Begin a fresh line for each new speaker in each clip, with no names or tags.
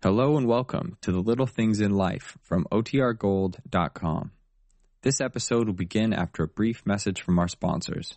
Hello and welcome to the Little Things in Life from OTRGold.com. This episode will begin after a brief message from our sponsors.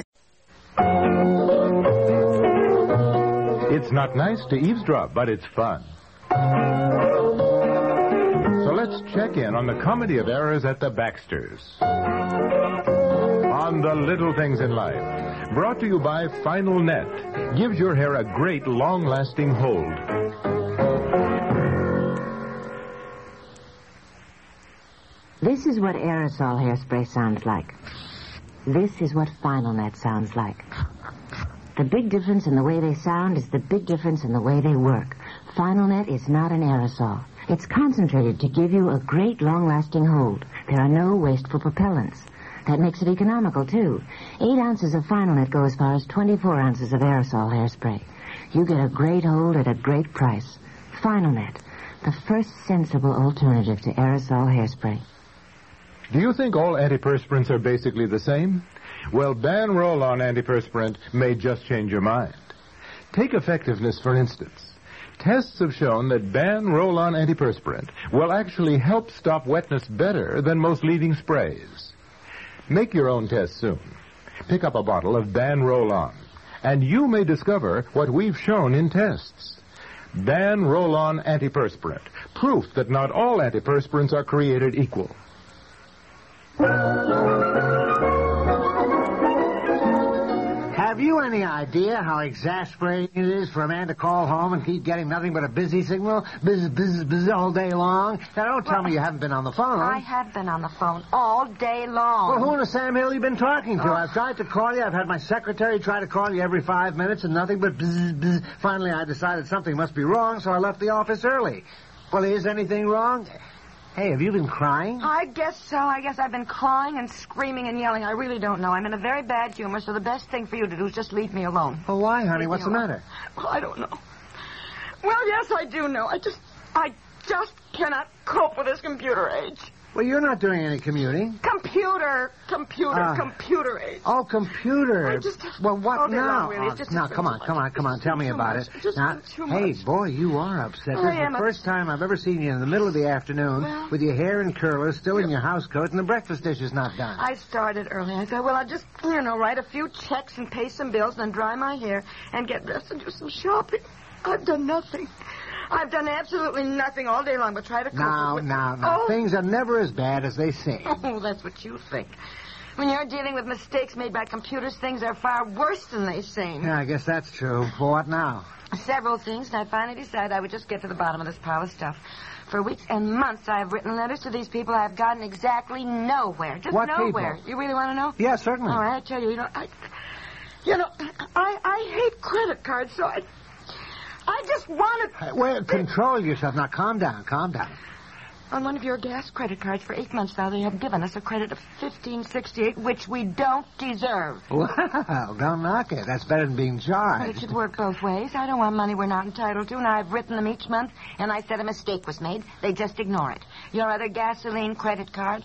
It's not nice to eavesdrop, but it's fun. So let's check in on the comedy of errors at the Baxters. On the little things in life. Brought to you by Final Net. Gives your hair a great long lasting hold.
This is what aerosol hairspray sounds like. This is what Final Net sounds like. The big difference in the way they sound is the big difference in the way they work. Final Net is not an aerosol. It's concentrated to give you a great long-lasting hold. There are no wasteful propellants. That makes it economical, too. Eight ounces of Final Net go as far as 24 ounces of aerosol hairspray. You get a great hold at a great price. Final Net, the first sensible alternative to aerosol hairspray.
Do you think all antiperspirants are basically the same? Well, ban roll on antiperspirant may just change your mind. Take effectiveness, for instance. Tests have shown that ban roll on antiperspirant will actually help stop wetness better than most leading sprays. Make your own test soon. Pick up a bottle of ban roll on, and you may discover what we've shown in tests. Ban roll on antiperspirant, proof that not all antiperspirants are created equal.
Have you any idea how exasperating it is for a man to call home and keep getting nothing but a busy signal? Busy, busy, busy all day long? Now, don't tell me you haven't been on the phone.
I have been on the phone all day long.
Well, who in the Sam Hill you been talking to? I've tried to call you. I've had my secretary try to call you every five minutes and nothing but bzz, bzz. Finally, I decided something must be wrong, so I left the office early. Well, is anything wrong? Hey, have you been crying?
I guess so. I guess I've been crying and screaming and yelling. I really don't know. I'm in a very bad humor, so the best thing for you to do is just leave me alone.
Well, why, honey?
Leave
What's
me
the
alone.
matter?
Well, Oh, I don't know. Well, yes, I do know. I just, I just cannot cope with this computer age.
Well, you're not doing any commuting.
Computer, computer,
Ah.
computer age.
Oh, computer.
I just-
well, what
all day
now?
long, really. It's
Oh,
just-
now,
it's
come
too
on,
much.
come on, come on.
It's
Tell me
too
about
much.
it.
Just
now,
too
hey,
much.
boy, you are upset. This
I
is
am
the
up-
first time I've ever seen you in the middle of the afternoon
Well-
with your hair in curlers, still in your house coat, and the breakfast dish is not done.
I started early. I thought, well, I'll just, you know, write a few checks and pay some bills and then dry my hair and get dressed and do some shopping. I've done nothing. I've done absolutely nothing all day long but try to cope
Now,
with...
now, now,
Oh.
things are never as bad as they seem.
Oh, that's what you think. When you're dealing with mistakes made by computers, things are far worse than they seem.
Yeah, I guess that's true. But what now?
Several things, and I finally decided I would just get to the bottom of this pile of stuff. For weeks and months, I have written letters to these people. I have gotten exactly nowhere. Just
What people?
nowhere. You really want to know?
Yeah, certainly.
All right, I tell you, you know, I, you know, I, I hate credit cards, so I, I just wanted
Hey, Well, control yourself. Now, calm down, calm down.
on one of your gas credit cards for eight months now. They have given us a credit of fifteen sixty-eight, which we don't deserve.
Well, don't knock it. That's better than being
But it
charged.
should work both ways. I don't want money we're not entitled to, and I've written them each month, and I said a mistake was made. They just ignore it. Your other gasoline credit card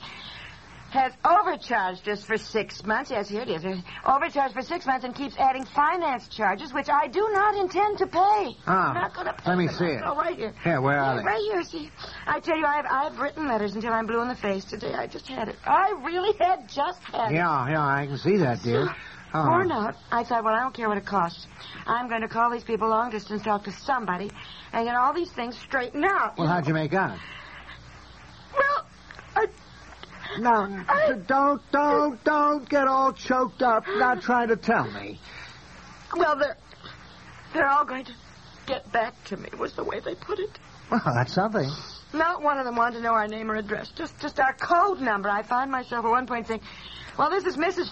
has overcharged us for six months. Yes, here it is. Overcharged for six months and keeps adding finance charges, which I do not intend to pay.
Ah,
I'm not going to pay.
let me
them.
see it.
Oh, right here.
Here, where are
Yeah,
they?
Right here, see. I tell you, I've, I've written letters until I'm blue in the face today. I just had it. I really had just had it.
Yeah, yeah, I can see that, dear. Oh.
Or not. I thought, well, I don't care what it costs. I'm going to call these people long distance, talk to somebody, and get all these things straightened out.
Well, how'd you make out?
Well, I,
No, don't, don't, don't get all choked up. Not trying to tell me.
well, they're they're all going to get back to me. Was the way they put it.
Well, that's something.
Not one of them wanted to know our name or address, just just our code number. I found myself at one point saying, "Well, this is oh Mrs.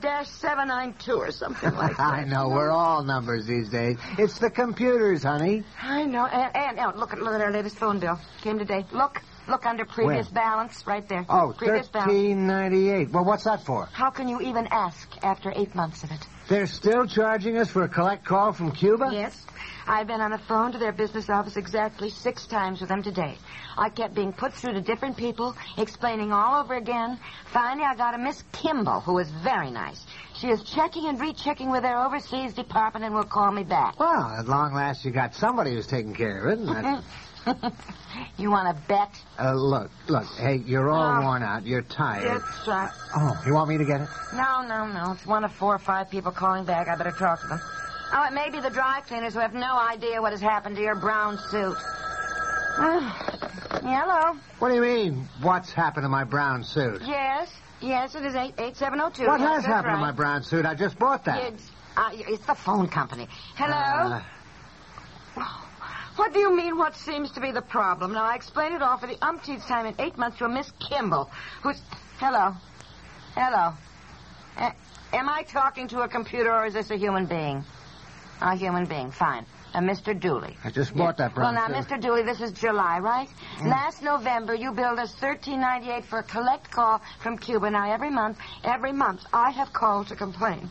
304-792 or something like that."
I know, we're all numbers these days. It's the computers, honey.
I know. And, and oh, look at look at our latest phone bill. Came today. Look, look under previous
Where?
balance right there.
Oh,
previous balance.
1398. Well, what's that for?
How can you even ask after eight months of it?
They're still charging us for a collect call from Cuba?
Yes. I've been on the phone to their business office exactly six times with them today. I kept being put through to different people, explaining all over again. Finally, I got a Miss Kimball, who is very nice. She is checking and rechecking with their overseas department and will call me back.
Well, at long last, you got somebody who's taking care of it, and that's
you want to bet?
Uh, look, look, hey, you're all
Ah.
worn out. You're tired.
Yes, right.
Oh, you want me to get it?
No, Oh, no, no. It's one of four or five people calling back. I better talk to them. Oh, it may be the dry cleaners who have no idea what has happened to your brown suit. Ah, Hello.
What do you mean, what's happened to my brown suit?
Yes, yes, it is eight eight seven zero two.
What
Yes,
has
that's
happened to my
right.
brown suit? I just bought that.
It's, uh, it's the phone company. Hello.
Uh,
What do you mean? What seems to be the problem? Now I explained it all for the umpteenth time in eight months to a Miss Kimball, who's hello, hello. A- am I talking to a computer or is this a human being? A human being. Fine. A Mr. Dooley.
I just bought that
Well,
brown Mm.
now,
suit.
Mr. Dooley, this is July, right? Last November, you billed us thirteen ninety eight for a collect call from Cuba. Now, every month, every month, I have called to complain,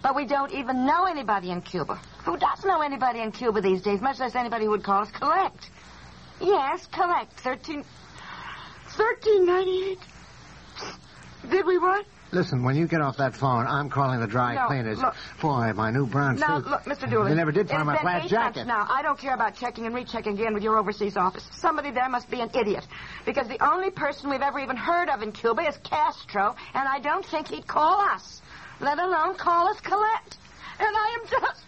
but we don't even know anybody in Cuba. Who does know anybody in Cuba these days? Much less anybody who would call us collect. Yes, collect thirteen. Thirteen ninety eight. Did we what?
Listen, when you get off that phone, I'm calling the dry
No,
cleaners.
look.
Boy, my new brown
Now,
suit.
look, Mr. Dooley.
They never did find
it's
my
been
plaid
eight
jacket.
months Now, I don't care about checking and rechecking again with your overseas office. Somebody there must be an idiot. Because the only person we've ever even heard of in Cuba is Castro, and I don't think he'd call us, let alone call us Colette. And I am just.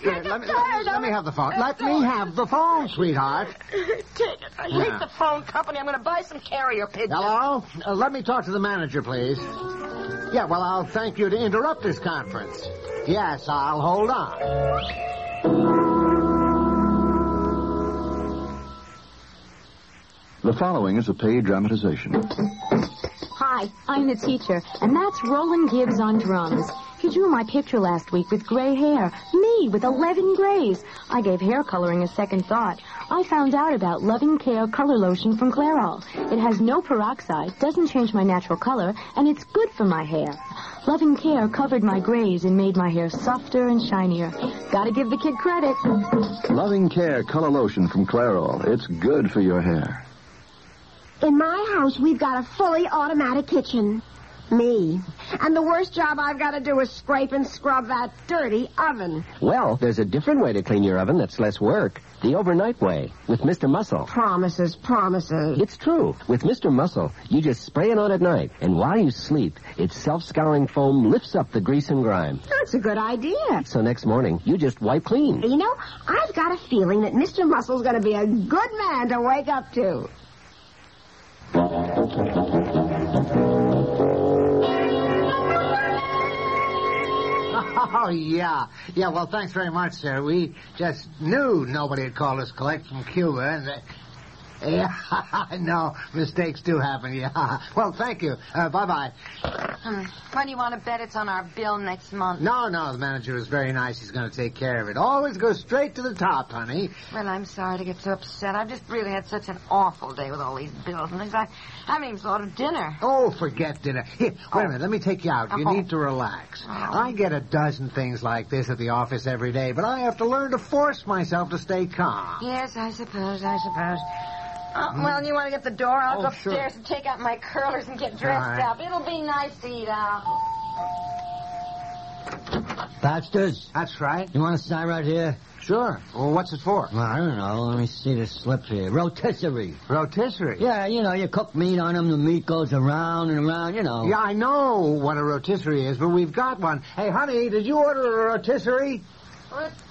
Here,
sick and
let, me,
tired
let
of
me
it.
have the phone.
It's
Let
so-
me have the phone, sweetheart.
Take it. I
Yeah.
hate the phone company. I'm going to buy some carrier pigeons.
Hello? Uh, let me talk to the manager, please. Yeah, well, I'll thank you to interrupt this conference. Yes, I'll hold on.
The following is a paid dramatization.
Hi, I'm the teacher, and that's Roland Gibbs on drums. He drew my picture last week with gray hair. Me, with 11 grays. I gave hair coloring a second thought. I found out about Loving Care Color Lotion from Clairol. It has no peroxide, doesn't change my natural color, and it's good for my hair. Loving Care covered my grays and made my hair softer and shinier. Gotta give the kid credit.
Loving Care Color Lotion from Clairol. It's good for your hair.
In my house, we've got a fully automatic kitchen. Me. And the worst job I've got to do is scrape and scrub that dirty oven.
Well, there's a different way to clean your oven that's less work. The overnight way, with Mr. Muscle.
Promises, promises.
It's true. With Mr. Muscle, you just spray it on at night, and while you sleep, its self-scouring foam lifts up the grease and grime.
That's a good idea.
So next morning, you just wipe clean.
You know, I've got a feeling that Mr. Muscle's going to be a good man to wake up to.
Oh, yeah. Yeah, well, thanks very much, sir. We just knew nobody had called us collect from Cuba, and... Uh, yeah, I know. Mistakes do happen, yeah. Well, thank you. Uh, bye-bye.
Hmm. When do you want to bet it's on our bill next month?
No, no, the manager is very nice. He's going to take care of it. Always go straight to the top, honey.
Well, I'm sorry to get so upset. I've just really had such an awful day with all these bills and things. I haven't even thought of dinner.
Oh, forget dinner. Here, wait a minute. Let me take you out. You
Oh.
need to relax. I get a dozen things like this at the office every day, but I have to learn to force myself to stay calm.
Yes, I suppose, I suppose. Uh, well, you want to get the door? I'll
Hmm. Oh,
go
sure.
upstairs and take out my curlers and get dressed
All right.
up. It'll be nice to eat out.
Baxter's.
That's right.
You want to sign right here?
Sure. Well, what's it for?
Well, I don't know. Let me see the slip here. Rotisserie.
Rotisserie.
Yeah, you know, you cook meat on them, the meat goes around and around, you know.
Yeah, I know what a rotisserie is, but we've got one. Hey, honey, did you order a rotisserie?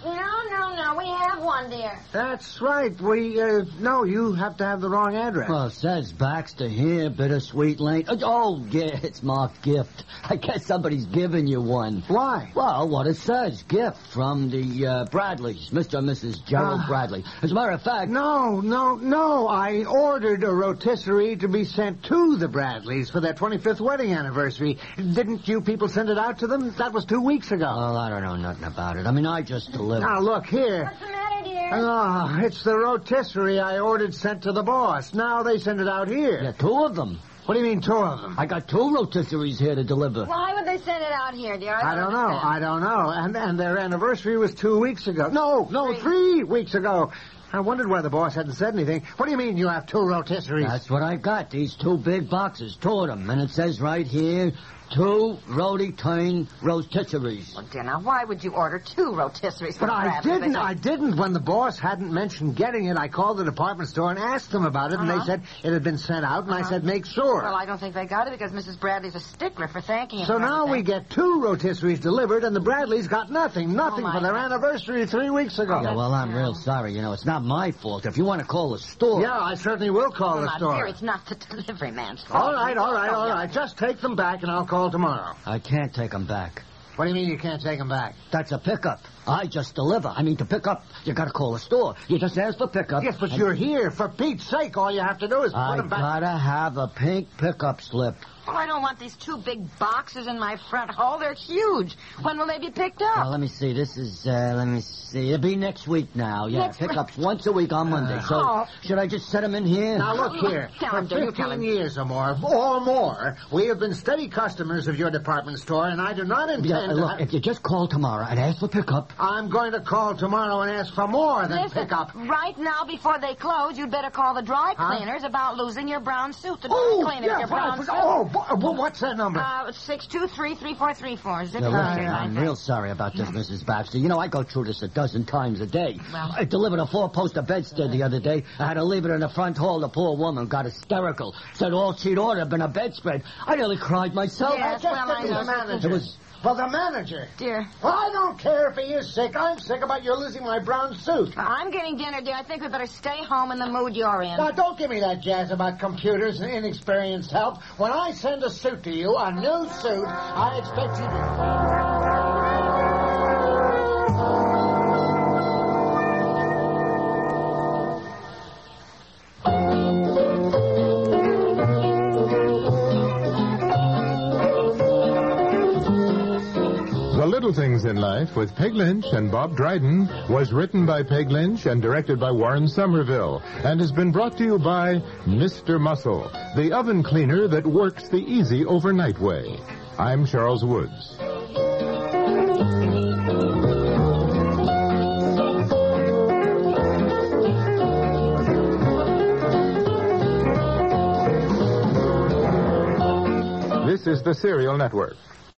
No, no, no. We have one, dear.
That's right. We, uh, no, you have to have the wrong address.
Well, it says Baxter here, Bittersweet Lane. Oh, Oh, yeah, it's marked gift. I guess somebody's giving you one.
Why?
Well, what it says, gift from the uh, Bradleys, Mr. and Mrs. Gerald
Ah.
Bradley. As a matter of fact...
No, no, no. I ordered a rotisserie to be sent to the Bradleys for their 25th wedding anniversary. Didn't you people send it out to them? That was two weeks ago.
Oh, I don't know nothing about it. I mean, I just delivered.
Now, look here.
What's the matter, dear?
Ah, it's the rotisserie I ordered sent to the boss. Now they send it out here.
Yeah, two of them.
What do you mean, two of them?
I got two rotisseries here to deliver.
Why would they send it out here, dear?
I don't know. I don't know. And and their anniversary was two weeks ago. No, no, three weeks ago. I wondered why the boss hadn't said anything. What do you mean you have two rotisseries?
That's what I got. These two big boxes, two of them, and it says right here, two Rody Tane rotisseries.
Well, dear, now why would you order two rotisseries?
But
for the
I
Bradleys?
didn't. I didn't. When the boss hadn't mentioned getting it, I called the department store and asked them about it, and they
Uh-huh.
said it had been sent out, and I
Uh-huh.
said make sure.
Well, I don't think they got it because Mrs. Bradley's a stickler for thanking you.
so
for
now we
everything.
get two rotisseries delivered, and the Bradleys got nothing, nothing
Oh, my
for their
God.
anniversary three weeks ago.
Yeah, well, I'm real sorry. You know, it's not my fault. If you want to call the store.
Yeah, I certainly will call
Well,
the
now, dear,
store.
it's not the delivery man's fault.
All right, all right, all right. Just take them back, and I'll call tomorrow.
I can't take them back.
What do you mean you can't take them back?
That's a pickup. I just deliver. I mean, to pick up, you got to call the store. You just ask for pickup.
Yes, but
and-
you're here. For Pete's sake, all you have to do is put
I
them back.
gotta have a pink pickup slip.
Well, I don't want these two big boxes in my front hall. They're huge. When will they be picked
Now,
up?
Uh, let me see. This is, uh, let me see. It'll be next week now. Yeah,
Next week.
pickups once a week on Monday. So,
Oh.
should I just set them in here?
Now look here.
Tell him,
For
Joe, Oh, you tell
15
him.
years or more, or more, we have been steady customers of your department store, and I do not
Yeah,
intend.
look, if you just call tomorrow and ask for pickup, uh,
I'm going to call tomorrow and ask for more than
Listen,
pickup.
right now before they close, you'd better call the dry
Huh?
cleaners about losing your brown suit. The dry
Oh,
cleaners,
yeah,
your
right.
brown suit.
Oh, bo- well, what's that number?
Uh, six two three three four three four. Zip
Now,
line,
listen,
I
I'm
think.
real sorry about this, Mrs. Baxter. You know, I go through this a dozen times a day.
Well-
I delivered a four-poster bedstead the other day. I had to leave it in the front hall. The poor woman got hysterical. Said all she'd ordered had been a bedspread. I nearly cried myself.
Yes,
Just
well,
to
I
be
know.
the manager.
It was-
For the manager.
Dear,
Well, I don't care if he is sick. I'm sick about your losing my brown suit.
I'm getting dinner, dear. I think we better stay home in the mood you're in.
Now, don't give me that jazz about computers and inexperienced help. When I send a suit to you, a new suit, I expect you to...
The Little Things in Life with Peg Lynch and Bob Dryden was written by Peg Lynch and directed by Warren Somerville and has been brought to you by Mr. Muscle, the oven cleaner that works the easy overnight way. I'm Charles Woods. This is the Serial Network.